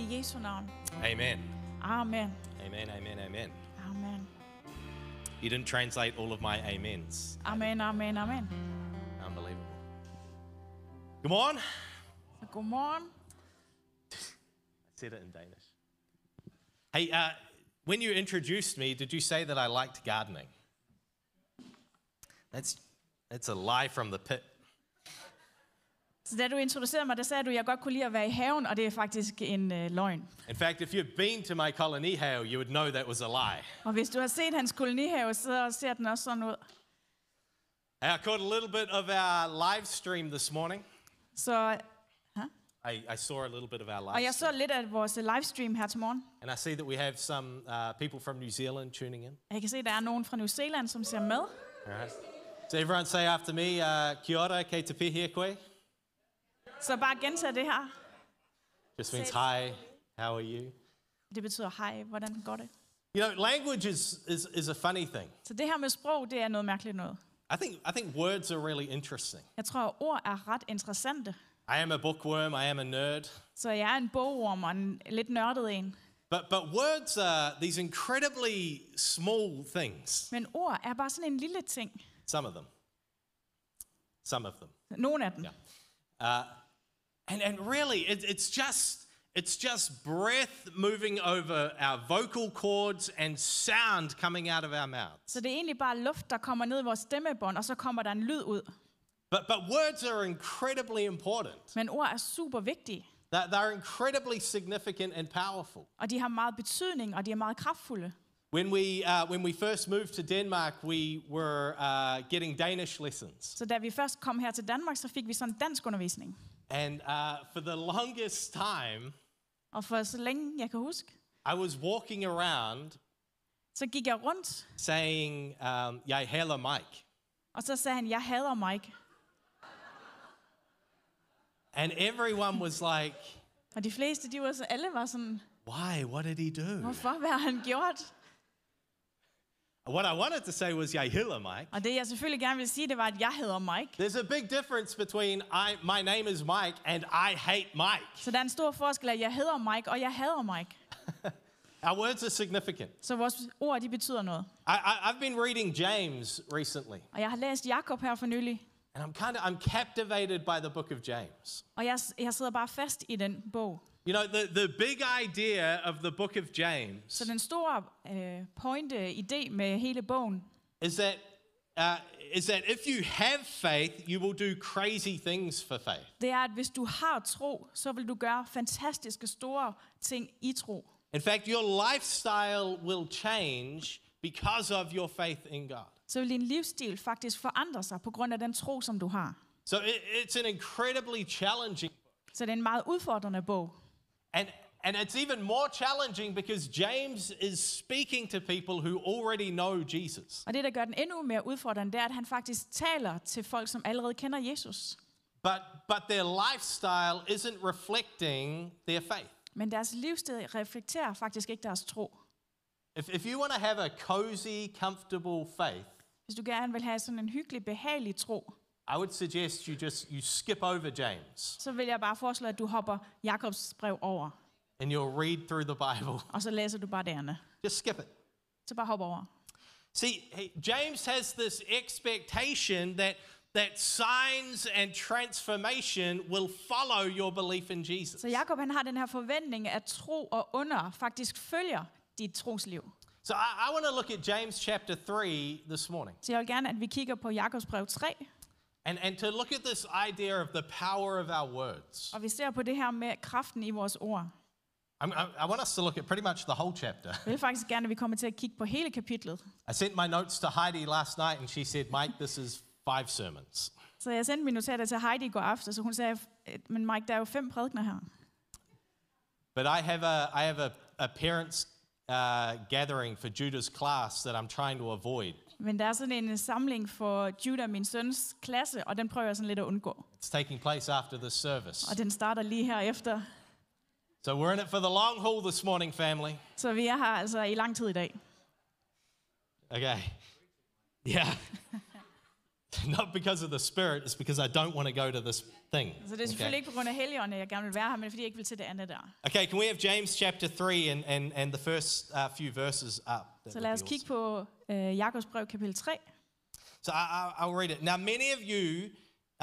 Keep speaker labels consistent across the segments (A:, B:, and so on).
A: i Jesu navn.
B: Amen.
A: Amen.
B: Amen. Amen. Amen.
A: Amen.
B: You didn't translate all of my amens.
A: Amen, amen, amen.
B: Unbelievable. Good morning. I
A: Så godmorgen.
B: said it in Danish. Hey, uh, when you introduced me, did you say that I liked gardening? That's that's a lie from the pit.
A: Så da du introducerede mig, der sagde du, at jeg godt kunne lide at være i haven, og det er faktisk en øh, løgn.
B: In fact, if you've been to my colonihao, you would know that was a lie.
A: Og hvis du har set hans kolonihave, så ser den også sådan ud.
B: And I caught a little bit of our live stream this morning.
A: Så,
B: I, I saw a little bit of our live
A: og jeg
B: stream.
A: så lidt af vores øh, livestream her til morgen.
B: And I see that we have some uh, people from New Zealand tuning in.
A: Og Jeg kan se, at der er nogen fra New Zealand, som ser med.
B: All right. So everyone say after me, uh, kia ora, kei te pihi e koe.
A: Så bare gentag det her.
B: Just means hi, how are you?
A: Det betyder hej, hvordan går det?
B: You know, language is, is, is a funny thing.
A: Så det her med sprog, det er noget mærkeligt noget.
B: I think, I think words are really interesting.
A: Jeg tror, at ord er ret interessante.
B: I am a bookworm, I am a nerd.
A: Så jeg er en bogorm og en lidt nørdet en.
B: But, but words are these incredibly small things,
A: Men ord er bare sådan en lille ting.
B: some of them. Some of them.
A: Nogle af dem.
B: Ja. And, and really, it, it's, just, it's just breath moving over our vocal cords and sound coming out of our mouths.
A: Så det er egentlig bare luft, der kommer ned i vores stemmebånd, og så kommer der en lyd ud.
B: But, but words are incredibly important,
A: Men ord er super vigtige,
B: That they're incredibly significant and powerful.
A: og de har meget betydning, og de er meget kraftfulde.
B: When we, uh, when we first moved to Denmark, we were uh, getting Danish lessons.
A: Så da vi først kom her til Danmark, så fik vi sådan dansk undervisning.
B: And uh, for the longest time,
A: Og for så længe jeg kan huske,
B: I was walking around
A: så gik jeg rundt,
B: saying, um, Jeg hader Mike.
A: og så sagde han, jeg hader Mike.
B: And everyone was like,
A: Og de fleste, de var så, alle var sådan,
B: Why? What did he do?
A: hvorfor, hvad har han gjort?
B: What I wanted to say was Yahila, Mike.
A: Og det jeg selvfølgelig gerne vil sige, det var, at jeg hedder Mike.
B: There's a big difference between I, my name is Mike and I hate Mike.
A: Så der er en stor forskel, at jeg hedder Mike, og jeg hader Mike.
B: Our words are significant.
A: Så vores ord, de betyder noget.
B: I, I, I've been reading James recently,
A: Og jeg har læst Jakob her for nylig,
B: and I'm kind of I'm captivated by the book of James.
A: og jeg, jeg sidder bare fast i den bog.
B: You know, the, the big idea of the book of James
A: Så den store øh, pointe, idé med hele bogen,
B: is that uh, is that if you have faith, you will do crazy things for faith.
A: det er, at hvis du har tro, så vil du gøre fantastiske store ting i tro.
B: In fact, your lifestyle will change because of your faith in God.
A: Så vil din livsstil faktisk forandre sig på grund af den tro, som du har.
B: So it, it's an incredibly challenging
A: Så det er en meget udfordrende bog.
B: And, and it's even more challenging because James is speaking to people who already know Jesus.
A: Og det, der gør den endnu mere udfordrende, det er, at han faktisk taler til folk, som allerede kender Jesus.
B: But, but their lifestyle isn't reflecting their faith.
A: Men deres livsstil reflekterer faktisk ikke deres tro.
B: If, if you want to have a cozy, comfortable faith,
A: Hvis du gerne vil have sådan en hyggelig, behagelig tro,
B: I would suggest you just you skip over James
A: så vil jeg bare foreslå, at du hopper Jakobs brev over,
B: and you'll read through the Bible.
A: og så læser du bare det andet.
B: Just skip it.
A: Så bare hop over.
B: See, he- James has this expectation that that signs and transformation will follow your belief in Jesus.
A: Så Jakob han har den her forventning, at tro og under faktisk følger dit trosliv.
B: So I, I want to look at James chapter 3 this morning
A: Så jeg vil gerne, at vi kigger på Jakobs brev 3,
B: and, and to look at this idea of the power of our words.
A: og vi ser på det her med kraften i vores ord.
B: I'm, I, I want us to look at pretty much the whole chapter.
A: Jeg vil faktisk gerne, at vi kommer til at kigge på hele kapitlet.
B: I sent my notes to Heidi last night and she said, Mike, this is five sermons.
A: Så jeg sendte mine notater til Heidi i går aftes, så hun sagde, at- men Mike, der er jo fem prædikner her.
B: But I have a, I have a, a parents' uh, gathering for Judah's class that I'm trying to avoid.
A: Men der er sådan en øh, samling for Judah, min søns klasse, og den prøver jeg sådan lidt at undgå.
B: It's taking place after this service.
A: Og den starter lige her efter.
B: So we're in it for the long haul this morning, family.
A: Så vi er her altså i lang tid i dag.
B: Okay. Yeah. not because of the Spirit, it's because I don't want to go to this thing.
A: Så Altså, det er selvfølgelig ikke på grund af heligånden, at jeg gerne vil være her, men fordi jeg ikke vil til det andet der.
B: Okay, can we have James chapter 3 and, and, and the first uh, few verses up? That
A: Så lad
B: would be
A: os
B: awesome.
A: kigge på øh, Jakobs brev kapitel 3.
B: So I, I, I'll read it. Now, many of you,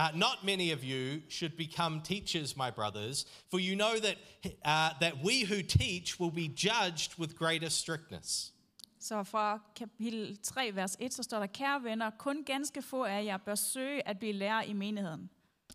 B: uh, not many of you, should become teachers, my brothers, for you know that, uh, that we who teach will be judged with greater strictness.
A: Så fra kapitel 3, vers 1, så står der, kære venner, kun ganske få af jer bør søge at blive lærer i menigheden.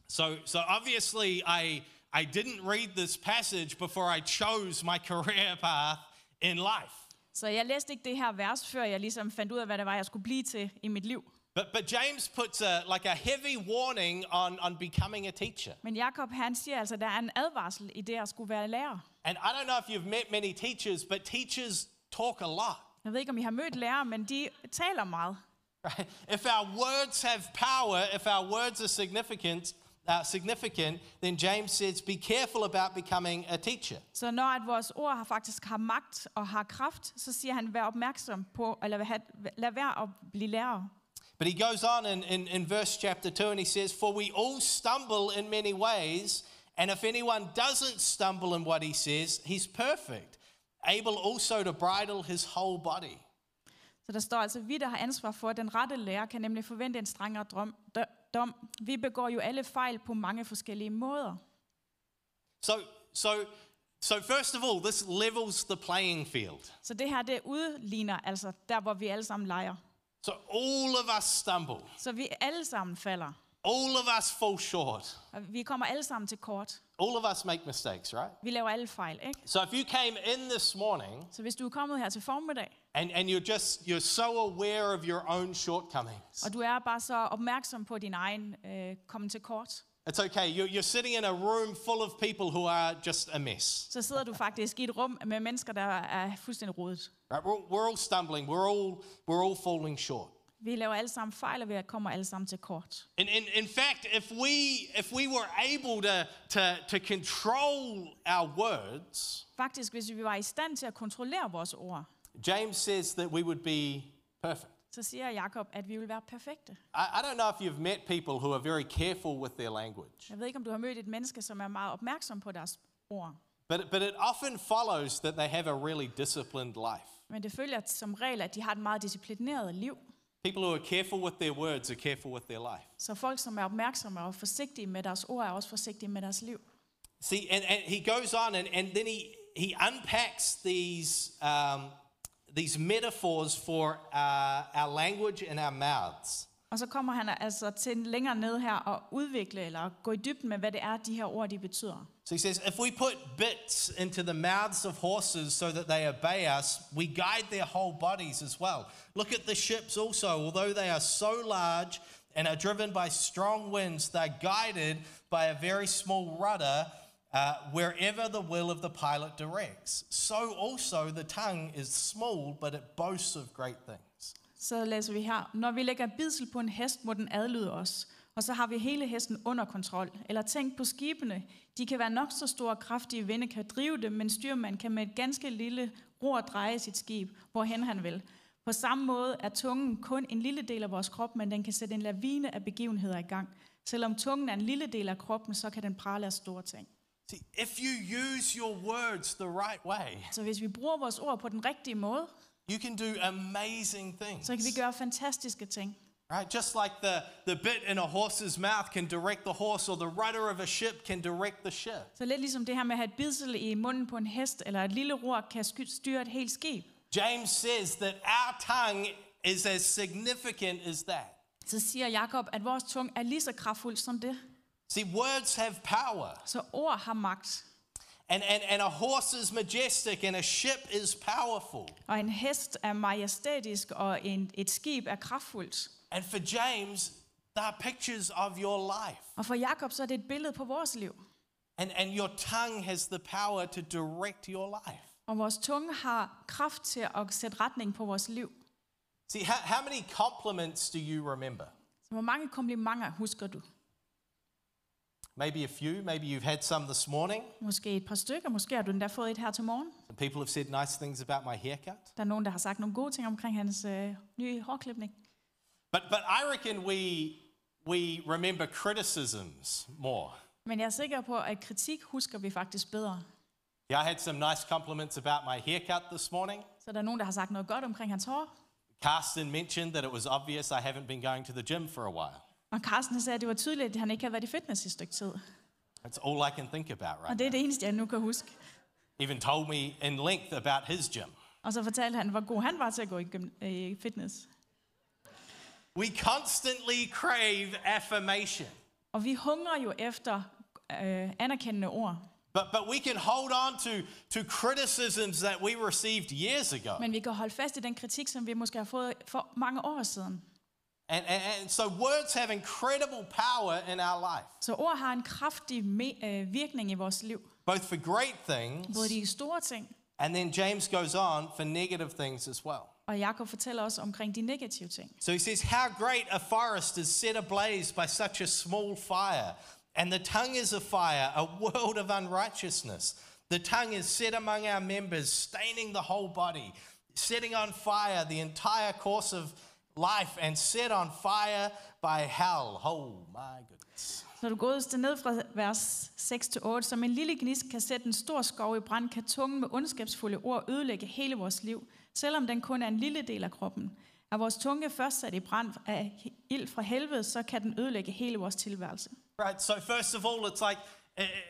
B: So, so obviously, I, I didn't read this passage before I chose my career path in life.
A: Så jeg læste ikke det her vers, før jeg ligesom fandt ud af, hvad det var, jeg skulle blive til i mit liv.
B: But, but James puts a, like a heavy warning on, on becoming a teacher.
A: Men Jakob han siger altså, at der er en advarsel i det at skulle være lærer.
B: And I don't know if you've met many teachers, but teachers talk a lot.
A: Jeg ved ikke, om I har mødt lærere, men de taler meget.
B: Right? If our words have power, if our words are significant, uh, significant, then James says, be careful about becoming a teacher.
A: Så når at vores ord har faktisk har magt og har kraft, så siger han, vær opmærksom på, eller lad, lad være at blive lærer.
B: But he goes on in, in, in verse chapter 2 and he says, For we all stumble in many ways, and if anyone doesn't stumble in what he says, he's perfect, able also to bridle his whole body.
A: Så der står altså, vi der har ansvar for, at den rette lærer kan nemlig forvente en strengere dom. dø- dom. Vi begår jo alle fejl på mange forskellige måder.
B: So, so, so first of all, this levels the playing field.
A: Så det her, det udligner altså der, hvor vi alle sammen leger.
B: So all of us stumble,
A: Så vi alle sammen falder.
B: all of us fall short.
A: Og vi kommer alle sammen til kort.
B: All of us make mistakes, right?
A: Vi laver alle fejl, ikke?
B: So if you came in this morning
A: Så hvis du er kommet her til formiddag,
B: and, and you're just you're so aware of your own shortcomings,
A: og du er bare så opmærksom på din egen øh, komme til kort,
B: it's okay. You're, you're sitting in a room full of people who are just a mess.
A: så sidder du faktisk i et rum med mennesker, der er fuldstændig rodet.
B: Right? We're, we're all stumbling. We're all we're all falling short.
A: Vi laver alle sammen fejl, og vi kommer alle sammen til kort.
B: In, in, in fact, if we if we were able to, to to control our words,
A: Faktisk, hvis vi var i stand til at kontrollere vores ord,
B: James says that we would be perfect.
A: så siger Jakob, at vi vil være perfekte.
B: I, I don't know if you've met people who are very careful with their language.
A: Jeg ved ikke, om du har mødt et menneske, som er meget opmærksom på deres ord.
B: But, but it often follows that they have a really disciplined life.
A: Men det følger som regel, at de har et meget disciplineret liv.
B: People who are careful with their words are careful with their life.
A: Så folk, som er opmærksomme og forsigtige med deres ord, er også forsigtige med deres liv.
B: See, and, and he goes on and, and then he, he unpacks these, um, these metaphors for uh, our language and our mouths.
A: Og så kommer han altså til længere ned her og udvikle eller gå i dybden med, hvad det er, de her ord de betyder.
B: So he says, if we put bits into the mouths of horses so that they obey us, we guide their whole bodies as well. Look at the ships also, although they are so large and are driven by strong winds, they're guided by a very small rudder uh, wherever the will of the pilot directs. So also the tongue is small, but it boasts of great things.
A: Så læser vi her, når vi lægger bidsel på en hest, må den adlyde os, og så har vi hele hesten under kontrol. Eller tænk på skibene, de kan være nok så store og kraftige, vinde kan drive dem, men styrmanden kan med et ganske lille ror dreje sit skib, hvorhen han vil. På samme måde er tungen kun en lille del af vores krop, men den kan sætte en lavine af begivenheder i gang. Selvom tungen er en lille del af kroppen, så kan den prale af store ting.
B: See, if you use your words the right way,
A: Så hvis vi bruger vores ord på den rigtige måde,
B: you can do amazing things.
A: så kan vi gøre fantastiske ting.
B: Right? Just like the, the bit in a horse's mouth can direct the horse, or the rudder of a ship can direct the ship.
A: Så lidt ligesom det her med at have et bidsel i munden på en hest, eller et lille ror kan sky- styre et helt skib,
B: James says that our tongue is as significant as that.
A: så siger Jakob, at vores tung er lige så kraftfuld som det.
B: See, words have power,
A: Så ord har magt,
B: and, and, and a horse is majestic, and a ship is powerful.
A: og en hest er majestætisk, og en, et skib er kraftfuldt.
B: And for James, they are pictures of your life.
A: Og for Jakob så er det et billede på vores liv.
B: And, and your tongue has the power to direct your life.
A: Og vores tunge har kraft til at sætte retning på vores liv.
B: See, how, how many compliments do you remember?
A: Så hvor mange komplimenter husker du?
B: Maybe a few, maybe you've had some this morning.
A: Måske et par stykker, måske har du endda fået et her til morgen.
B: And People have said nice things about my haircut.
A: Der er nogen, der har sagt nogle gode ting omkring hans øh, nye hårklipning.
B: But, but I reckon we, we remember criticisms more.
A: Men jeg er sikker på, at kritik husker vi faktisk bedre.
B: Yeah, I had some nice compliments about my haircut this morning.
A: Så der er nogen, der har sagt noget godt omkring hans hår.
B: Carsten mentioned that it was obvious I haven't been going to the gym for a while.
A: Og Carsten sagde, at det var tydeligt, at han ikke havde været i fitness i et stykke tid.
B: That's all I can think about right
A: Og det er
B: now.
A: det eneste, jeg nu kan huske.
B: Even told me in length about his gym.
A: Og så fortalte han, hvor god han var til at gå i gym- øh, fitness.
B: We constantly crave affirmation,
A: Og vi hungrer jo efter øh, anerkendende ord.
B: but, but we can hold on to, to criticisms that we received years ago.
A: Men vi kan holde fast i den kritik, som vi måske har fået for mange år siden.
B: And, and, and so words have incredible power in our life,
A: Så ord har en kraftig me- øh, virkning i vores liv.
B: both for great
A: Både
B: things,
A: de store ting,
B: and then James goes on for negative things as well.
A: og Jakob fortæller os omkring de negative ting.
B: So he says, How great a forest is set ablaze by such a small fire, and the tongue is a fire, a world of unrighteousness. The tongue is set among our members, staining the whole body, setting on fire the entire course of life, and set on fire by hell. Oh my goodness.
A: Så du godeste ned fra vers 6-8, som en lille gnist kan sætte en stor skov i brand, kan tungen med ondskabsfulde ord ødelægge hele vores liv, selvom den kun er en lille del af kroppen. Er vores tunge først sat i brand af ild fra helvede, så kan den ødelægge hele vores tilværelse.
B: Right, so first of all, it's like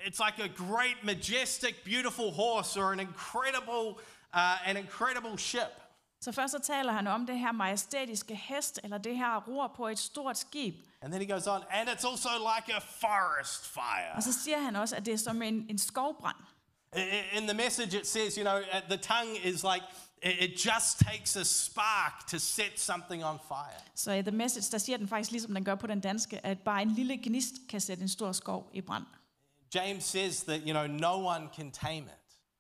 B: it's like a great, majestic, beautiful horse or an incredible, uh, an incredible ship.
A: Så først så taler han om det her majestætiske hest, eller det her ror på et stort skib.
B: And then he goes on, and it's also like a forest fire.
A: Og så siger han også, at det er som en, en skovbrand.
B: I- i- In the message, it says, you know, uh, the tongue is like, it it just takes a spark to set something on fire.
A: Så i The Message, der siger den faktisk, ligesom den gør på den danske, at bare en lille gnist kan sætte en stor skov i brand.
B: James says that, you know, no one can tame it,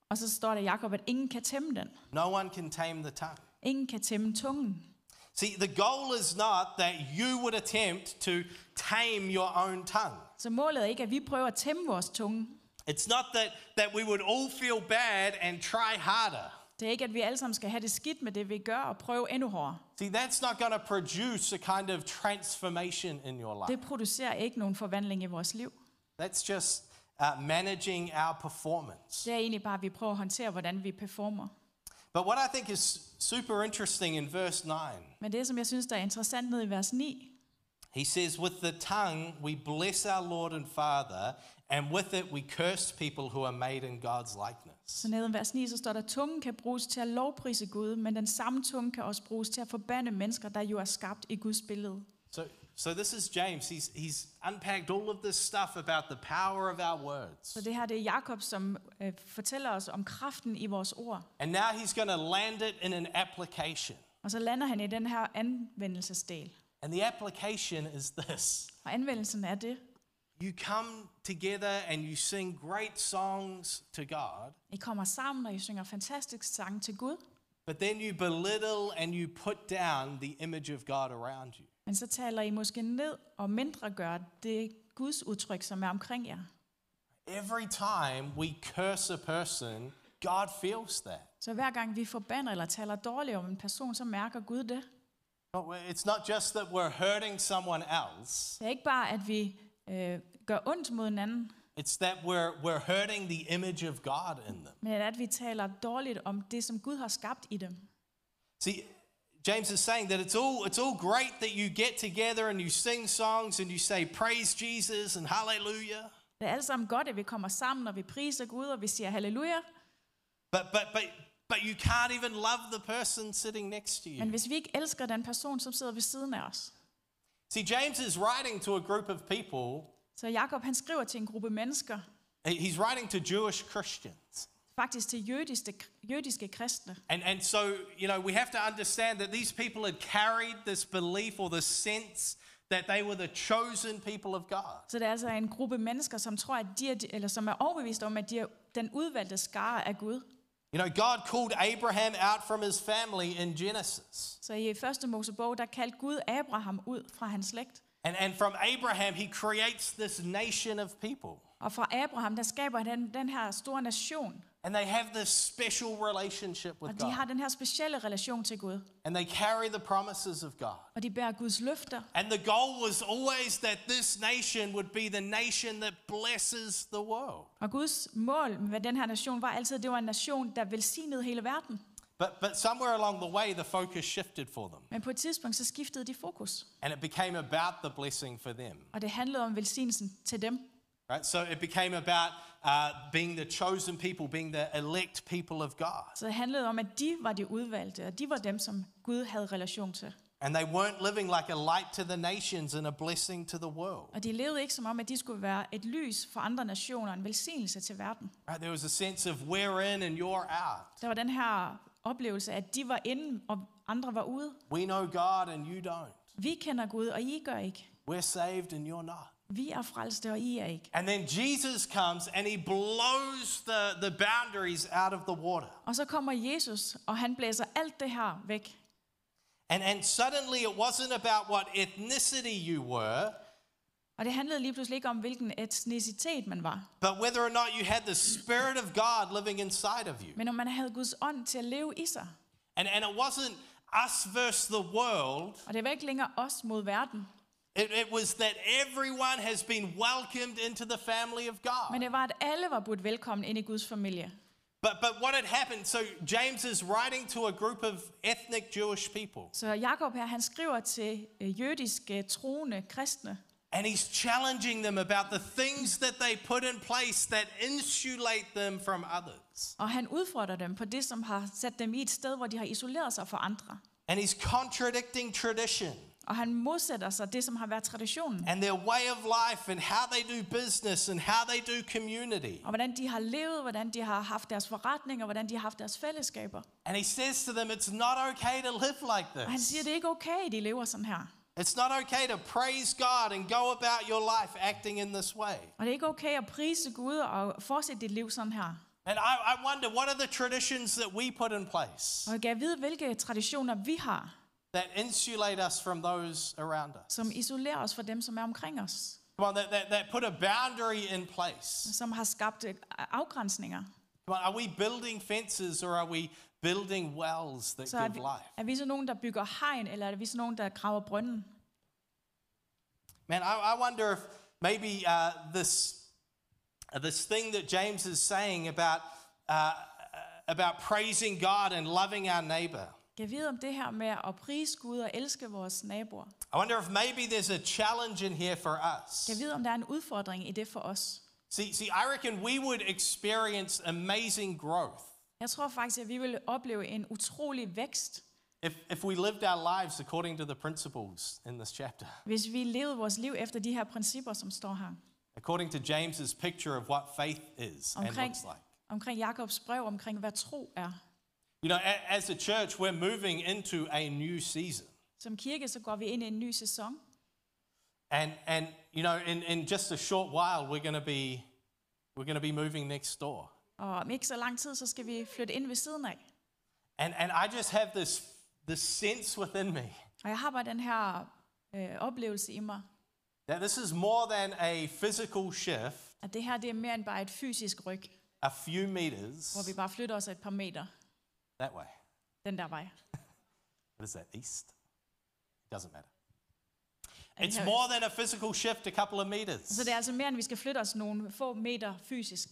A: Og så står der Jakob, at ingen kan tæmme den.
B: no one can tame the tongue.
A: Ingen kan tæmme tungen.
B: See, the goal is not that you would attempt to tame your own tongue.
A: Så målet er ikke, at vi prøver at tæmme vores tunge.
B: It's not that, that we would all feel bad and try harder.
A: Det er ikke, at vi alle sammen skal have det skidt med det, vi gør, og prøve endnu hårdere.
B: See, that's not going to produce a kind of transformation in your life.
A: Det producerer ikke nogen forvandling i vores liv.
B: That's just uh, managing our performance.
A: Det er egentlig bare, at vi prøver at håndtere, hvordan vi performer.
B: But what I think is super interesting in verse 9,
A: Men det, som jeg synes, der er interessant ned i vers 9,
B: he says, With the tongue we bless our Lord and Father, and with it we curse people who are made in God's likeness.
A: så nede i vers 9, så står der, tungen kan bruges til at lovprise Gud, men den samme tunge kan også bruges til at forbande mennesker, der jo er skabt i Guds billede.
B: So, so this is James. He's, he's unpacked all of this stuff about the power of our words.
A: Så det her, det er Jakob, som øh, fortæller os om kraften i vores ord.
B: And now he's going to land it in an application.
A: Og så lander han i den her anvendelsesdel.
B: And the application is this
A: Og anvendelsen er det.
B: You come together and you sing great songs to God.
A: I kommer sammen, og I synger fantastisk sang til Gud.
B: But then you belittle and you put down the image of God around you.
A: Men så taler I måske ned og mindre gør det Guds udtryk, som er omkring jer.
B: Every time we curse a person, God feels that.
A: Så hver gang vi forbander eller taler dårligt om en person, så mærker Gud det.
B: But we- It's not just that we're hurting someone else,
A: Det er ikke bare, at vi øh, gør ondt mod hinanden,
B: it's that we're, we're hurting the image of God in them.
A: men at vi taler dårligt om det, som Gud har skabt i dem.
B: See, James is saying that it's all, it's all great that you get together and you sing songs and you say, Praise Jesus and Hallelujah.
A: Det er alt sammen godt, at vi kommer sammen, og vi priser Gud, og vi siger halleluja.
B: But, but, but, but you can't even love the person sitting next to you.
A: Men hvis vi ikke elsker den person, som sidder ved siden af os.
B: See, James is writing to a group of people
A: Så Jakob han skriver til en gruppe mennesker,
B: He's writing to Jewish Christians.
A: faktisk til jødiske, jødiske kristne.
B: And, and so, you know, we have to understand that these people had carried this belief or this sense that they were the chosen people of God.
A: Så det er altså en gruppe mennesker, som tror, at de er, eller som er overbevist om, at de er den udvalgte skare af Gud.
B: You know, God called Abraham out from his family in Genesis.
A: Så i første Mosebog, der kaldte Gud Abraham ud fra hans slægt.
B: And, and from Abraham, he creates this nation of people.
A: Og fra Abraham, der skaber han den, den her store nation.
B: And they have this special relationship with
A: Og de har
B: God.
A: den her specielle relation til Gud.
B: And they carry the promises of God.
A: Og de bærer Guds løfter.
B: And the goal was always that this nation would be the nation that blesses the world.
A: Og Guds mål med den her nation var altid, at det var en nation, der velsignede hele verden.
B: But, but somewhere along the way, the focus shifted for them.
A: Men på et tidspunkt, så skiftede de fokus.
B: And it became about the blessing for them.
A: Og det handlede om velsignelsen til dem.
B: Right? So it became about uh, being the chosen people, being the elect people of God.
A: Så det handlede om, at de var de udvalgte, og de var dem, som Gud havde relation til.
B: And they weren't living like a light to the nations and a blessing to the world.
A: Og de levede ikke som om, at de skulle være et lys for andre nationer, en velsignelse til verden.
B: Right? There was a sense of we're in and you're out.
A: Der var den her oplevelse, at de var inde, og andre var ude.
B: We know God and you don't.
A: Vi kender Gud, og I gør ikke.
B: We're saved and you're not.
A: Vi er frelste, og I er ikke.
B: And then Jesus comes and he blows the, the boundaries out of the water.
A: Og så kommer Jesus, og han blæser alt det her væk.
B: And, and suddenly it wasn't about what ethnicity you were,
A: Og det handlede lige pludselig ikke om, hvilken etnicitet man var,
B: but whether or not you had the Spirit of God living inside of you.
A: men om man havde Guds ånd til at leve i sig.
B: And, and it wasn't us versus the world,
A: Og det var ikke længere os mod verden,
B: it, it was that everyone has been welcomed into the family of
A: men
B: God.
A: det var, at alle var budt velkommen ind i Guds familie.
B: But, but what had happened, so James is writing to a group of ethnic Jewish people,
A: Så Jakob her, han skriver til øh, jødiske, troende, kristne,
B: and he's challenging them about the things that they put in place that insulate them from others.
A: og han udfordrer dem på det, som har sat dem i et sted, hvor de har isoleret sig fra andre.
B: And he's contradicting tradition.
A: Og han modsætter sig det, som har været traditionen,
B: and their way of life and how they do business and how they do community.
A: og hvordan de har levet, hvordan de har haft deres forretninger, hvordan de har haft deres fællesskaber.
B: And he says to them, It's not okay to live like
A: Og han siger,
B: this.
A: det er ikke okay, de lever sådan her.
B: It's not okay to praise God and go about your life acting in this way.
A: Og det er ikke okay at prise Gud og fortsætte dit liv sådan her.
B: And I, I wonder, what are the traditions that we put in place
A: Og jeg kan vide, hvilke traditioner vi har,
B: that insulate us from those around us?
A: som isolerer os fra dem, som er omkring os,
B: Come on, that, that, that put a boundary in place.
A: som har skabt øh, afgrænsninger.
B: Come on, are we building fences or are we building wells that
A: Så er
B: give
A: vi,
B: life?
A: er vi så nogen, der bygger hegn, eller er vi så nogen, der graver brønden?
B: Man, I, I wonder if maybe uh, this uh, this thing that James is saying about uh, about praising God and loving our neighbor.
A: Kan jeg vide om det her med at prise Gud og elske vores naboer?
B: I wonder if maybe there's a challenge in here for us.
A: Kan jeg vide, om der er en udfordring i det for os?
B: See, see, I reckon we would experience amazing growth
A: Jeg tror faktisk, at vi vil opleve en utrolig vækst,
B: if, if we lived our lives according to the principles in this chapter,
A: hvis vi levede vores liv efter de her principper, som står her.
B: according to James's picture of what faith is and
A: Omkring,
B: looks like.
A: omkring Jakobs brev, omkring hvad tro er.
B: You know, a, as a church, we're moving into a new season.
A: Som kirke, så går vi ind i en ny sæson.
B: And and you know, in, in just a short while we're gonna be we're gonna be moving next door.
A: Og om ikke så lang tid, så skal vi flytte ind ved siden af.
B: And and I just have this this sense within me
A: Og jeg har bare den her øh, oplevelse i mig,
B: that this is more than a physical shift,
A: at det her det er mere end bare et fysisk ryg,
B: a few
A: hvor vi
B: meters
A: bare flytter os et par meter
B: that way.
A: den der vej.
B: What is that? East? Doesn't matter.
A: Af den
B: It's
A: her ø.
B: more than a physical shift, a couple of
A: Så
B: meters.
A: det er altså mere, end vi skal flytte os nogle få meter fysisk.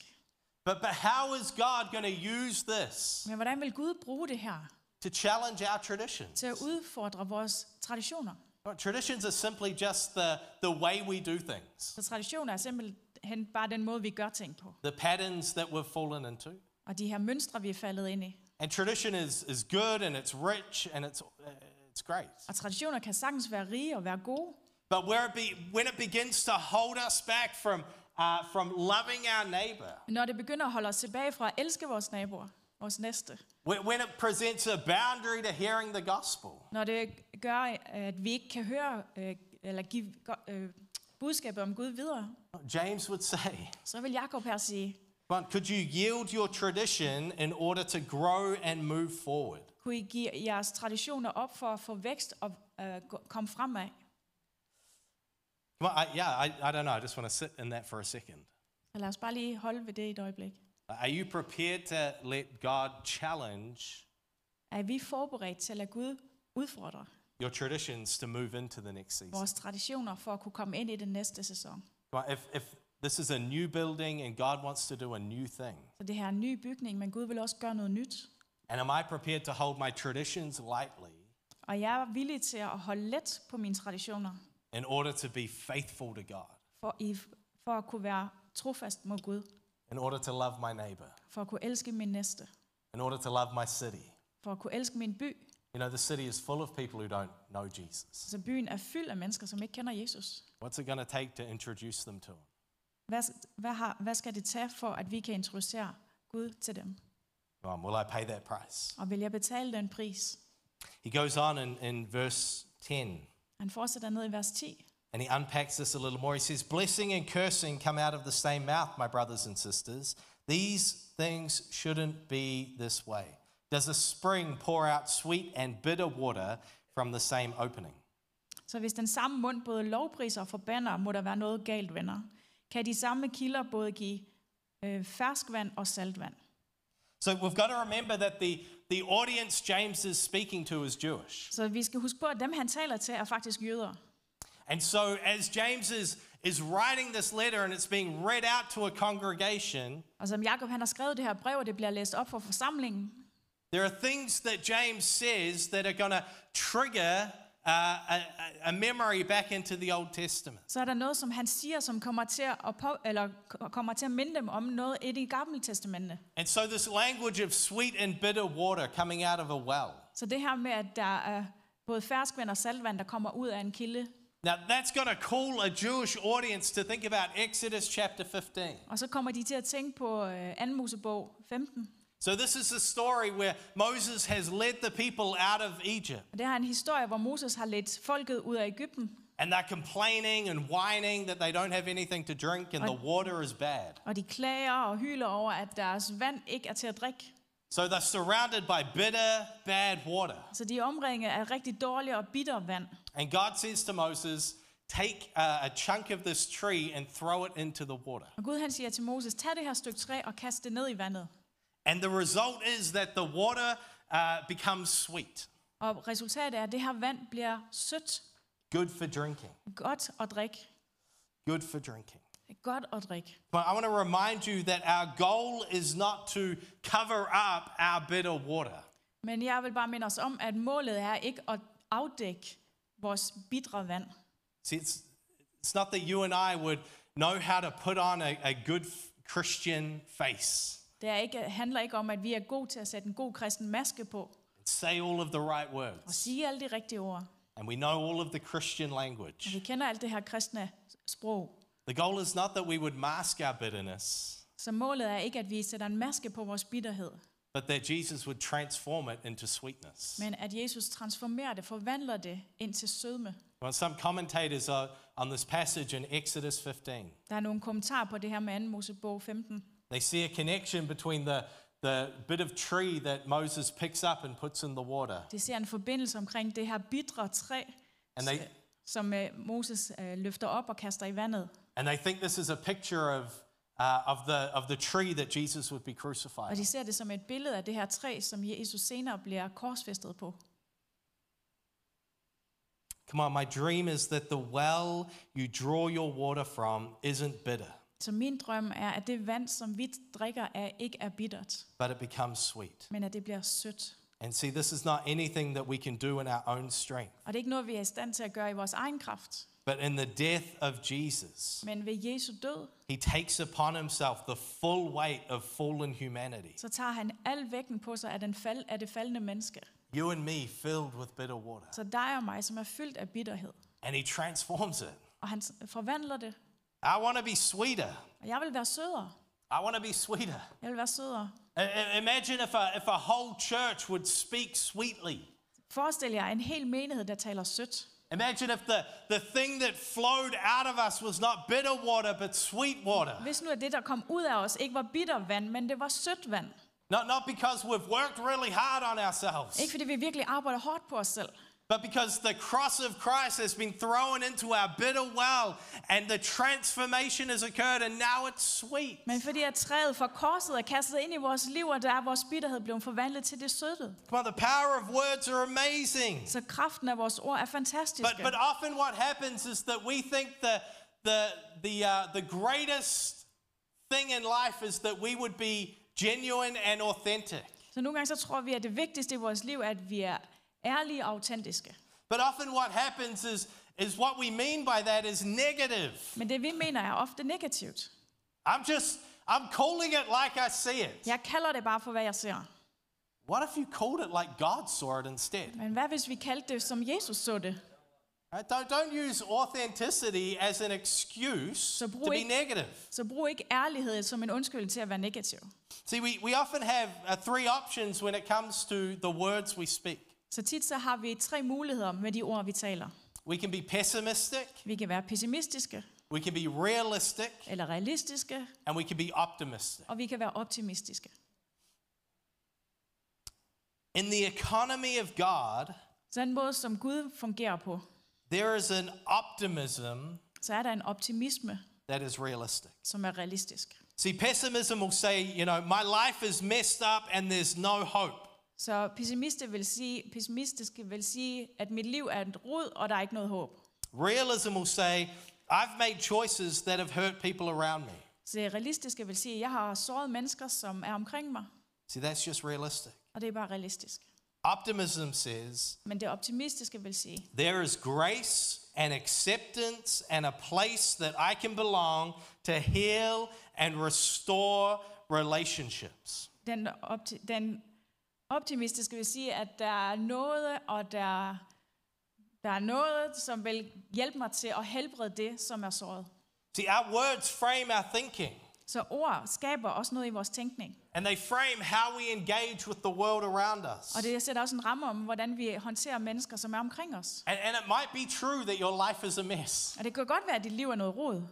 B: But but how is God gonna use this
A: Men hvordan vil Gud bruge det her
B: to challenge our traditions?
A: til at udfordre vores traditioner?
B: Traditions are simply just the, the way we do things,
A: Så traditioner er simpelthen bare den måde, vi gør ting på.
B: the patterns that we've fallen into.
A: Og de her mønstre, vi er faldet ind i.
B: And tradition is, is good and it's rich and it's, uh, it's great.
A: Og traditioner kan sagtens være rige og være gode,
B: But where it be, when it begins to hold us back from, uh, from loving our neighbor,
A: men når det begynder at holde os tilbage fra at elske vores naboer, vores næste,
B: when, when it presents a boundary to hearing the gospel,
A: når det gør, at vi ikke kan høre øh, eller give go- øh, budskabet om Gud videre,
B: James would say,
A: så vil Jakob her sige,
B: "But could you yield your tradition in order to grow and move forward?
A: kunne I give jeres traditioner op for at få vækst og øh, gå- komme fremad?
B: Come on, I, yeah, I, I don't know. I just want to sit in that for a second.
A: Så lad os bare lige holde ved det et øjeblik.
B: Are you prepared to let God challenge
A: Er vi forberedt til at lade Gud udfordre
B: your traditions to move into the next season?
A: vores traditioner for at kunne komme ind i den næste sæson?
B: Come on, If, if this is a new building and God wants to do a new thing,
A: Så det her er en ny bygning, men Gud vil også gøre noget nyt.
B: and am I prepared to hold my traditions lightly
A: Og jeg er villig til at holde let på mine traditioner,
B: in order to be faithful to God,
A: for, i, for at kunne være trofast mod Gud,
B: in order to love my neighbor,
A: for at kunne elske min næste,
B: in order to love my city?
A: for at kunne elske min by.
B: You know, the city is full of people who don't know Jesus.
A: Så byen er fyldt af mennesker, som ikke kender Jesus.
B: What's it going to take to introduce them to Him?
A: Hvad, hvad, har, hvad skal det tage for, at vi kan introducere Gud til dem?
B: Come on, will I pay that price?
A: Og vil jeg betale den pris?
B: He goes on in, in verse 10
A: Han fortsætter ned i vers 10.
B: and he unpacks this a little more. He says, Blessing and cursing come out of the same mouth, my brothers and sisters. These things shouldn't be this way. Does a spring pour out sweet and bitter water from the same opening?
A: Så hvis den samme mund både lovpriser og forbander, må der være noget galt, venner. Kan de samme kilder både give øh, ferskvand og saltvand?
B: So we've got to remember that the, the audience James is speaking to is Jewish.
A: Så vi skal huske på, at dem han taler til er faktisk jøder.
B: And so as James is, is writing this letter and it's being read out to a congregation,
A: Og som Jakob han har skrevet det her brev, og det bliver læst op for forsamlingen,
B: There are things that James says that are going to trigger uh, a, a- a memory back into the Old Testament.
A: så er der noget, som han siger, som kommer til at, på, eller ko- kommer til at minde dem om noget i det gamle testamente.
B: And so, this language of sweet and bitter water coming out of a well.
A: Så det her med, at der er både ferskvand og saltvand, der kommer ud af en kilde,
B: Now, that's going to call a Jewish audience to think about Exodus chapter 15.
A: og så kommer de til at tænke på øh, 2. Mosebog 15.
B: So, this is the story where Moses has led the people out of Egypt,
A: Og det her er en historie, hvor Moses har ledt folket ud af Ægypten,
B: and they're complaining and whining that they don't have anything to drink and the water is bad.
A: og de klager og hyler over, at deres vand ikke er til at drikke.
B: So, they're surrounded by bitter, bad water.
A: Så de er omringet af rigtig dårlig og bitter vand.
B: And God says to Moses, Take uh, a, a chunk of this tree and throw it into the water.
A: Og Gud han siger til Moses, tag det her stykke træ og kast det ned i vandet.
B: And the result is that the water uh, becomes sweet,
A: Og resultatet er, at det her vand bliver sødt,
B: good for drinking.
A: godt at drikke.
B: Good for drinking.
A: Godt at drikke.
B: But I want to remind you that our goal is not to cover up our bitter water.
A: Men jeg vil bare minde os om, at målet er ikke at afdække vores bitre vand.
B: See, it's, it's not that you and I would know how to put on a, a good f- Christian face
A: Det er ikke, handler ikke om, at vi er gode til at sætte en god kristen maske på
B: and say all of the right
A: og
B: words.
A: sige alle de rigtige ord.
B: And we know all of the Christian language.
A: Vi kender alt det her kristne sprog.
B: The goal is not that we would mask our bitterness,
A: Så målet er ikke, at vi sætter en maske på vores bitterhed,
B: but that Jesus would transform it into sweetness.
A: men at Jesus transformerer det, forvandler det ind til sødme.
B: Well, some commentators are on this passage in Exodus 15.
A: Der er nogle kommentarer på det her med 2. Mosebog 15.
B: They see a connection between the, the bit of tree that Moses picks up and puts in the water.
A: Det ser en forbindelse omkring det her bitre træ,
B: And they,
A: som øh, Moses øh, løfter op og kaster i vandet.
B: and they think this is a picture of, uh, of, the, of the tree that Jesus would be crucified.
A: Og
B: on.
A: de ser det som et billede af det her træ, som Jesus senere bliver korsfæstet på.
B: Come on, my dream is that the well you draw your water from isn't bitter,
A: Så min drøm er, at det vand, som vi drikker af, ikke er bittert,
B: but it becomes sweet.
A: men at det bliver sødt.
B: And see, this is not anything that we can do in our own strength,
A: Og det er ikke noget, vi er i stand til at gøre i vores egen kraft.
B: but in the death of Jesus,
A: Men ved Jesu død,
B: he takes upon himself the full weight of fallen humanity.
A: så tager han al vægten på sig af, den fald, af det faldende menneske.
B: You and me filled with bitter water.
A: Så dig og mig, som er fyldt af bitterhed.
B: And he transforms it.
A: Og han forvandler det.
B: I want to be sweeter.
A: Og jeg vil være sødere.
B: I want to be sweeter.
A: Jeg vil være sødere.
B: I- I- Imagine if a, if a whole church would speak sweetly.
A: Forestil jer en hel menighed, der taler sødt.
B: Imagine if the, the thing that flowed out of us was not bitter water, but sweet water.
A: Hvis nu at det, der kom ud af os, ikke var bitter vand, men det var sødt vand.
B: Not, not because we've worked really hard on
A: Ikke
B: ourselves,
A: fordi vi virkelig arbejder hårdt på os selv,
B: But because the cross of Christ has been thrown into our bitter well and the transformation has occurred and now it's sweet.
A: Men fordi at træet fra korset er kastet ind i vores liv, og der er vores bitterhed blevet forvandlet til det søde.
B: Come on, the power of words are amazing.
A: Så kraften af vores ord er fantastisk.
B: But, but often what happens is that we think the, the, the, uh, the greatest thing in life is that we would be genuine and authentic.
A: Så nogle gange så tror vi, at det vigtigste i vores liv er, at vi er ærlige og autentiske.
B: But often what happens is, is what we mean by that is negative.
A: Men det vi mener er ofte negativt.
B: I'm just, I'm calling it like I see it.
A: Jeg kalder det bare for, hvad jeg ser.
B: What if you called it like God saw it instead?
A: Men hvad hvis vi kaldte det, som Jesus så det?
B: Right? Don't, don't use authenticity as an excuse
A: So,
B: to
A: Broek-
B: be negative.
A: Så brug ikke ærlighed som en undskyldning til at være negativ.
B: See, we, we often have uh, three options when it comes to the words we speak.
A: Så tit så har vi tre muligheder med de ord, vi taler.
B: We can be pessimistic,
A: Vi kan være pessimistiske,
B: we can be realistic,
A: eller realistiske,
B: and we can be optimistic.
A: og vi kan være optimistiske.
B: In the economy of God,
A: Så den måde, som Gud fungerer på,
B: there is an optimism
A: så er der en optimisme,
B: that is realistic.
A: som er realistisk.
B: See, pessimism will say, you know, my life is messed up and there's no hope.
A: Så pessimister vil sige, pessimistiske vil sige, at mit liv er et rod, og der er ikke noget håb.
B: Realism will say, I've made choices that have hurt people around me.
A: Så realistiske vil sige, at jeg har såret mennesker, som er omkring mig,
B: See, that's just realistic.
A: og det er bare realistisk.
B: Optimism says
A: Men det optimistiske vil sige,
B: there is grace and acceptance and a place that I can belong to heal and restore relationships.
A: den, opti- den optimistiske vil sige, at der er noget, og der, der er noget, som vil hjælpe mig til at helbrede det, som er såret.
B: See, our words frame our thinking
A: Så ord skaber også noget i vores tænkning,
B: and they frame how we engage with the world around us.
A: og det sætter også en ramme om, hvordan vi håndterer mennesker, som er omkring os.
B: And, and it might be true that your life is a mess.
A: Og det kan godt være, at dit liv er noget rod,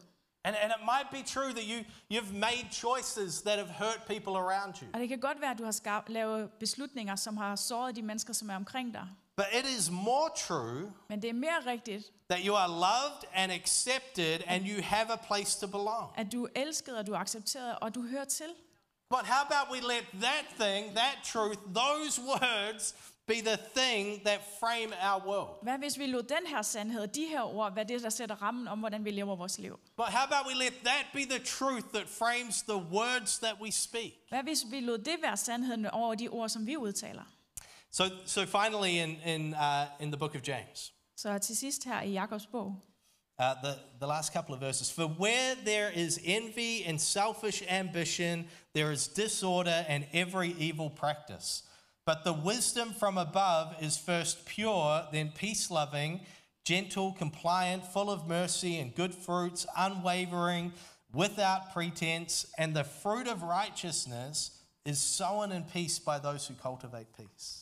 B: And, and it might be true that you, you've made choices that have hurt people around you.
A: og det kan godt være, at du har skab- lavet beslutninger, som har såret de mennesker, som er omkring dig.
B: But it is more true
A: Men det er mere rigtigt,
B: that you are loved and accepted and you have a place to belong.
A: at du er elsket, og du er accepteret, og du hører til.
B: But how about we let that thing, that truth, those words be the thing that frame our world?
A: Hvad hvis vi lod den her sandhed, de her ord, være det, der sætter rammen om, hvordan vi lever vores liv?
B: But how about we let that be the truth that frames the words that we speak?
A: Hvad hvis vi lod det være sandheden over de ord, som vi udtaler?
B: So, so finally, in, in, uh, in the book of James,
A: Så til sidst her i Jakobs bog.
B: Uh, the, the last couple of verses. For where there is envy and selfish ambition, there is disorder and every evil practice. But the wisdom from above is first pure, then peace loving, gentle, compliant, full of mercy and good fruits, unwavering, without pretense. And the fruit of righteousness is sown in peace by those who cultivate peace.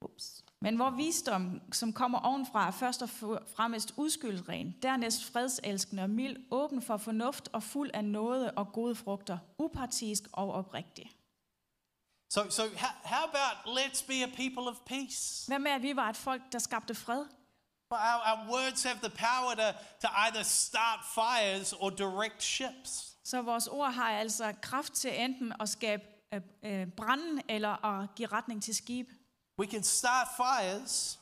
A: Ups. Men hvor visdom, som kommer ovenfra, er først og fu- fremmest udskyldren, dernæst fredselskende og mild, åben for fornuft og fuld af nåde og gode frugter, upartisk og oprigtig.
B: So, so how, how about let's be a people of peace?
A: Hvad med, at vi var et folk, der skabte fred?
B: But Our, our words have the power to, to either start fires or direct ships.
A: Så vores ord har altså kraft til enten at skabe øh, øh, branden eller at give retning til skib.
B: We can start fires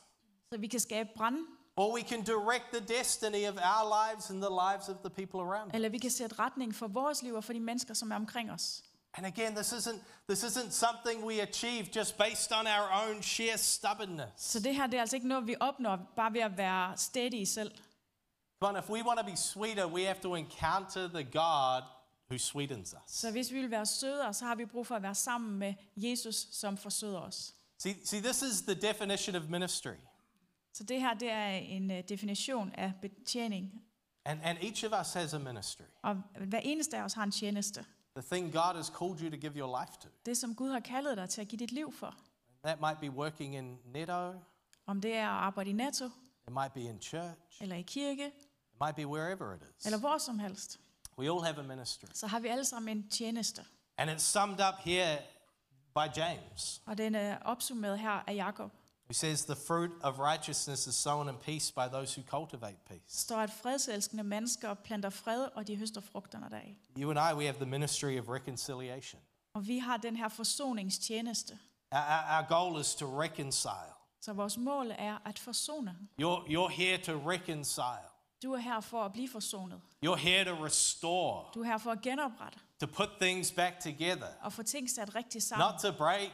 A: Så vi kan skabe branden,
B: or we can direct the destiny of our lives and the lives of the people around us.
A: eller vi kan sætte retning for vores liv og for de mennesker, som er omkring os.
B: And again, this isn't, this isn't something we achieve just based on our own sheer stubbornness.
A: Så det her det er altså ikke noget, vi opnår bare ved at være stedige selv.
B: But if we want to be sweeter, we have to encounter the God who sweetens us.
A: Så hvis vi vil være sødere, så har vi brug for at være sammen med Jesus, som forsøder os.
B: See, see, this is the definition of ministry.
A: Så det her det er en øh, definition af betjening.
B: And, and each of us has a ministry,
A: Og hver eneste af os har en tjeneste.
B: the thing God has called you to give your life to.
A: Det, som Gud har kaldet dig til at give dit liv for.
B: That might be working in Netto,
A: Om det er at arbejde i NATO,
B: it might be in church, it
A: eller i kirke,
B: might be wherever it is.
A: eller hvor som helst,
B: We all have a ministry.
A: så har vi alle sammen en tjeneste.
B: And it's summed up here by James.
A: Og den er opsummeret her af Jakob.
B: who says, The fruit of righteousness is sown in peace by those who cultivate peace.
A: står, at fredselskende mennesker planter fred, og de høster frugterne deraf.
B: You and I, we have the ministry of reconciliation.
A: Og vi har den her forsoningstjeneste.
B: Our, our- our goal is to reconcile.
A: Så vores mål er at forsone.
B: You're, you're here to reconcile,
A: Du er her for at blive forsonet.
B: you're here to restore,
A: Du er her for at genoprette
B: to put things back together,
A: og få ting sat rigtigt sammen.
B: not to break,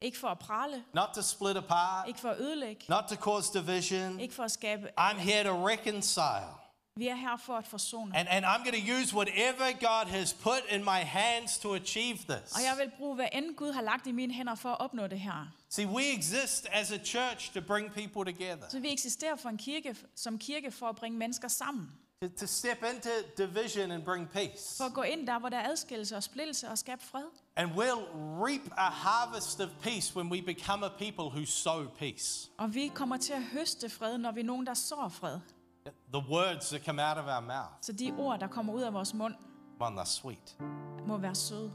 A: Ikke for at prale,
B: not to split apart,
A: ikke for at ødelægge,
B: not to cause division.
A: ikke for at skabe.
B: I'm here to reconcile.
A: Vi er her for at forsone.
B: And, and I'm going to use whatever God has put in my hands to achieve this.
A: Og jeg vil bruge, hvad end Gud har lagt i mine hænder for at opnå det her.
B: See, we exist as a church to bring people together,
A: Så vi eksisterer for en kirke, som kirke for at bringe mennesker sammen.
B: to, to step into division and bring peace.
A: For at gå ind der, hvor der er adskillelse og splittelse og skabe fred.
B: And we'll reap a harvest of peace when we become a people who sow peace.
A: Og vi kommer til at høste fred, når vi er nogen, der sår fred.
B: The words that come out of our mouth,
A: Så de ord, der kommer ud af vores mund,
B: man, they're sweet.
A: må være søde.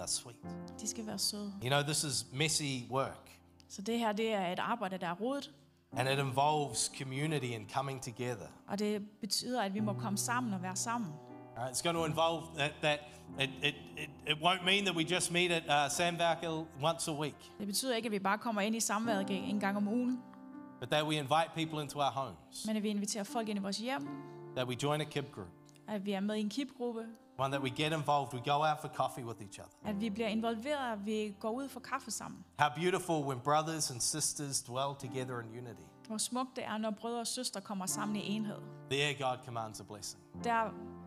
B: They're sweet.
A: De skal være søde.
B: You know, this is messy work,
A: Så det her, det er et arbejde, der er rodet.
B: and it involves community and coming together.
A: Og det betyder, at vi må komme sammen og være sammen.
B: All right, it's going to involve that, that it, it, it, it won't mean that we just meet at uh, Sandbackel once a week,
A: Det betyder ikke, at vi bare kommer ind i samværet en gang om ugen,
B: but that we invite people into our homes,
A: men at vi inviterer folk ind i vores hjem,
B: that we join a kib group,
A: at vi er med i en kipgruppe,
B: one that we get involved, we go out for coffee with each other.
A: at vi bliver involveret, at vi går ud for kaffe sammen.
B: How beautiful when brothers and sisters dwell together in unity.
A: Hvor smukt det er, når brødre og søstre kommer sammen i enhed.
B: There, God commands a blessing.
A: Der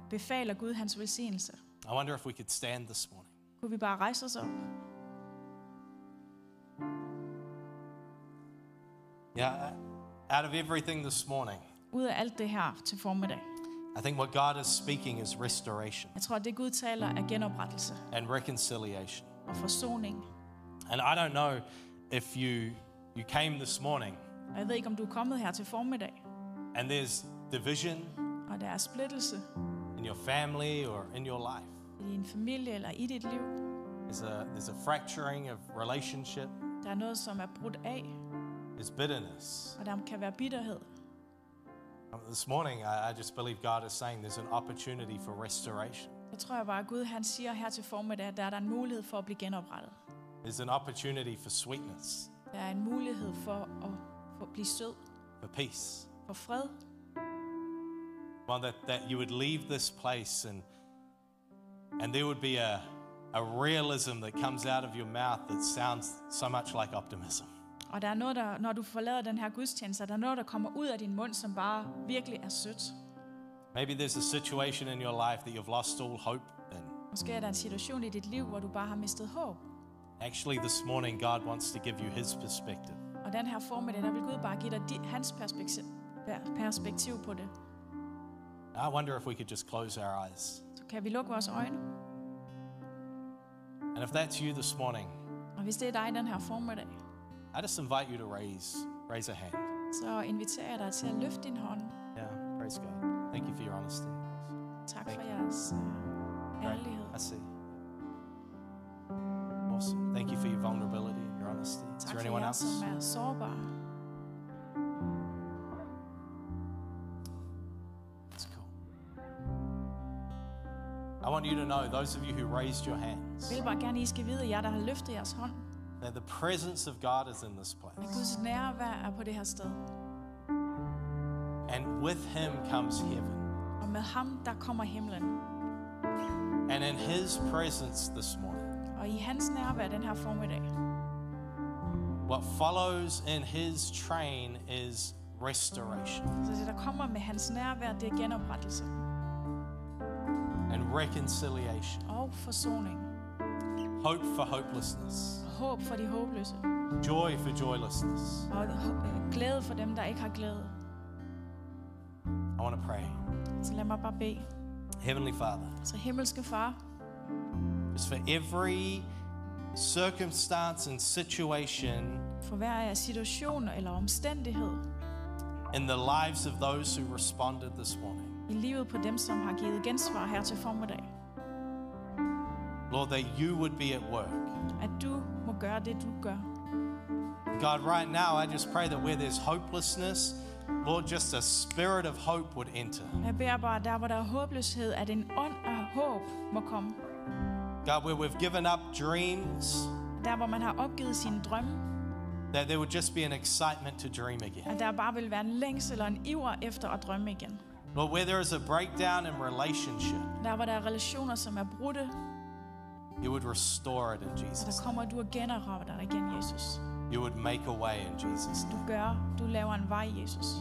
A: befaler Gud hans velsignelse.
B: I wonder if we could stand this morning.
A: Kunne vi bare rejse os op?
B: Yeah, uh, out of everything this morning,
A: Ud af alt det her til formiddag.
B: I think what God is speaking is restoration
A: Jeg tror, at det Gud taler er genoprettelse
B: and reconciliation.
A: og forsoning.
B: And I don't know if you you came this morning
A: Og jeg ved ikke, om du er kommet her til formiddag,
B: and there's division
A: og der er splittelse
B: in your family or in your life.
A: i din familie eller i dit liv.
B: There's a there's a fracturing of relationship.
A: Der er noget, som er brudt af,
B: There's bitterness. Um,
A: og der kan være bitterhed.
B: This morning, I, I just believe God is saying there's an opportunity for restoration.
A: Så tror jeg bare, at Gud han siger her til formiddag, at der er der en mulighed for at blive genoprettet.
B: There's an opportunity for sweetness,
A: Der er en mulighed for at, for at blive sød,
B: for peace.
A: for fred.
B: Well, that, that you would leave this place and and there would be a a realism that comes out of your mouth that sounds so much like optimism.
A: Og der er noget, der, når du forlader den her gudstjeneste, er der er noget, der kommer ud af din mund, som bare virkelig er sødt.
B: Maybe there's a situation in your life that you've lost all hope in.
A: Måske er der en situation i dit liv, hvor du bare har mistet håb.
B: Actually, this morning, God wants to give you His perspective.
A: Og den her formiddag, der vil Gud bare give dig dit, hans perspektiv, perspektiv på det.
B: I wonder if we could just close our eyes.
A: Så kan vi lukke vores øjne.
B: And if that's you this morning,
A: Og hvis det er dig den her formiddag,
B: I just invite you to raise raise a hand.
A: så inviterer jeg dig til at løfte din hånd.
B: Yeah, praise God. Thank you for your honesty.
A: Tak for jeres øh,
B: Right,
A: ærlighed.
B: I see. Awesome. Thank you for your vulnerability and your honesty. Is
A: Tak
B: there
A: for
B: anyone
A: jer,
B: else?
A: som er sårbare.
B: That's cool. I want you to know, those of you who raised your hands,
A: Jeg vil bare gerne, I skal vide, jer, der har løftet jeres hånd,
B: that the presence of God is in this
A: at
B: place.
A: Guds nærvær er på det her sted.
B: And with him comes heaven.
A: Og med ham, der kommer himlen.
B: And in his presence this morning,
A: Og i hans nærvær den her formiddag,
B: what follows in his train is restoration
A: så det, der kommer med hans nærvær, det er genoprettelse
B: and reconciliation,
A: og forsoning.
B: hope for hopelessness,
A: Håb for de håbløse.
B: joy for joylessness.
A: Og øh, glæde for dem, der ikke har glæde.
B: I want to pray.
A: Så lad mig bare bede.
B: Heavenly Father,
A: Så himmelske far,
B: just for every circumstance and situation
A: for hver af situation eller omstændighed
B: in the lives of those who responded this morning,
A: i livet på dem, som har givet gensvar her til formiddag,
B: Lord, that you would be at work,
A: at du må gøre det, du gør.
B: God, right now, I just pray that where there's hopelessness, Lord, just a spirit of hope would enter.
A: Jeg beder bare, der hvor der er håbløshed, at en ånd af håb må komme.
B: God, where we've given up dreams,
A: Der hvor man har opgivet sine drømme,
B: that there would just be an excitement to dream again.
A: at der bare vil være en længsel og en iver efter at drømme igen.
B: Lord, where there is a breakdown in relationship,
A: Der hvor der er relationer, som er brudte,
B: you would restore it in
A: så
B: Jesus.
A: der kommer du og genopretter dig igen, Jesus.
B: You would make a way in Jesus'
A: Du gør, du laver en vej, Jesus.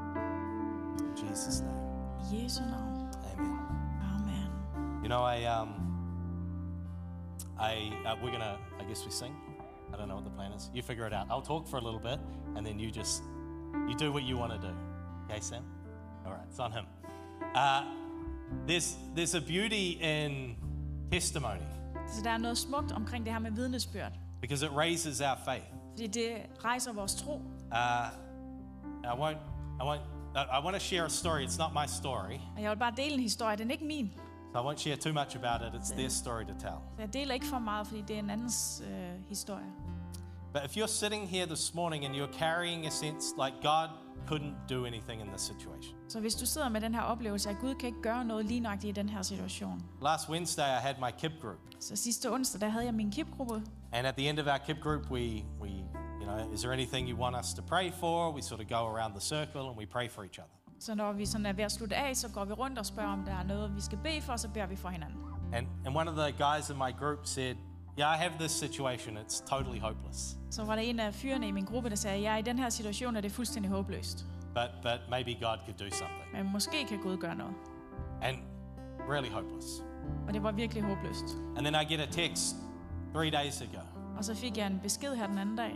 B: name. In Jesus' name.
A: I Jesu navn.
B: Amen.
A: Amen.
B: You know, I um, I uh, we're gonna. I guess we sing. I don't know what the plan is. You figure it out. I'll talk for a little bit, and then you just you do what you want to do. Okay, Sam. All right, it's on him. Uh, there's there's a beauty in testimony
A: Så der er noget smukt omkring det her med vidnesbyrd.
B: because it raises our faith.
A: Fordi det rejser vores tro.
B: Uh, I won't. I won't. I, I want to share a story. It's not my story,
A: Og jeg vil bare dele en historie, den er ikke min.
B: so I won't share too much about it. It's their story to tell.
A: Så jeg deler ikke for meget, fordi det er en andens øh, historie.
B: But if you're sitting here this morning and you're carrying a sense like God couldn't do anything in this situation.
A: Så hvis du sidder med den her oplevelse, at Gud kan ikke gøre noget lige nøjagtigt i den her situation.
B: Last Wednesday, I had my KIP group.
A: Så sidste onsdag, der havde jeg min KIP-gruppe.
B: And at the end of our KIP group, we, we, you know, is there anything you want us to pray for? We sort of go around the circle and we pray for each other.
A: Så når vi sådan er ved at slutte af, så går vi rundt og spørger, om der er noget, vi skal bede for, og så beder vi for hinanden.
B: And, and one of the guys in my group said, Yeah, I have this situation. It's totally hopeless.
A: Så var der en af fyrene i min gruppe, der sagde, at jeg er i den her situation, og det er fuldstændig håbløst.
B: But, but maybe God could do something.
A: Men måske kan Gud gøre noget.
B: And really hopeless.
A: Og det var virkelig håbløst.
B: And then I get a text three days ago.
A: Og så fik jeg en besked her den anden dag,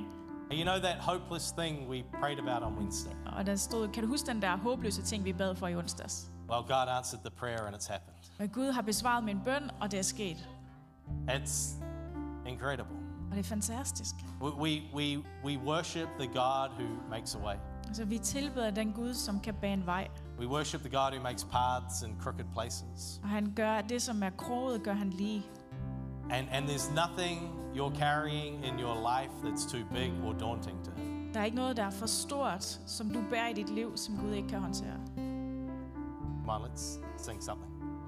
B: And you know that hopeless thing we prayed about on Wednesday?
A: og der stod, kan du huske den der håbløse ting, vi bad for i onsdags?
B: Well, God answered the prayer and it's happened.
A: Men Gud har besvaret min bøn, og det er sket.
B: It's incredible.
A: Og det er fantastisk.
B: We, we, we, we worship the God who makes a way.
A: Så Altså, vi tilbeder den Gud, som kan bane vej.
B: We worship the God who makes paths in crooked places.
A: Og han gør at det, som er kroget, gør han lige.
B: And, and there's nothing you're carrying in your life that's too big or daunting to Him.
A: Der er ikke noget, der er for stort, som du bærer i dit liv, som Gud ikke kan håndtere.
B: Come on, let's sing something.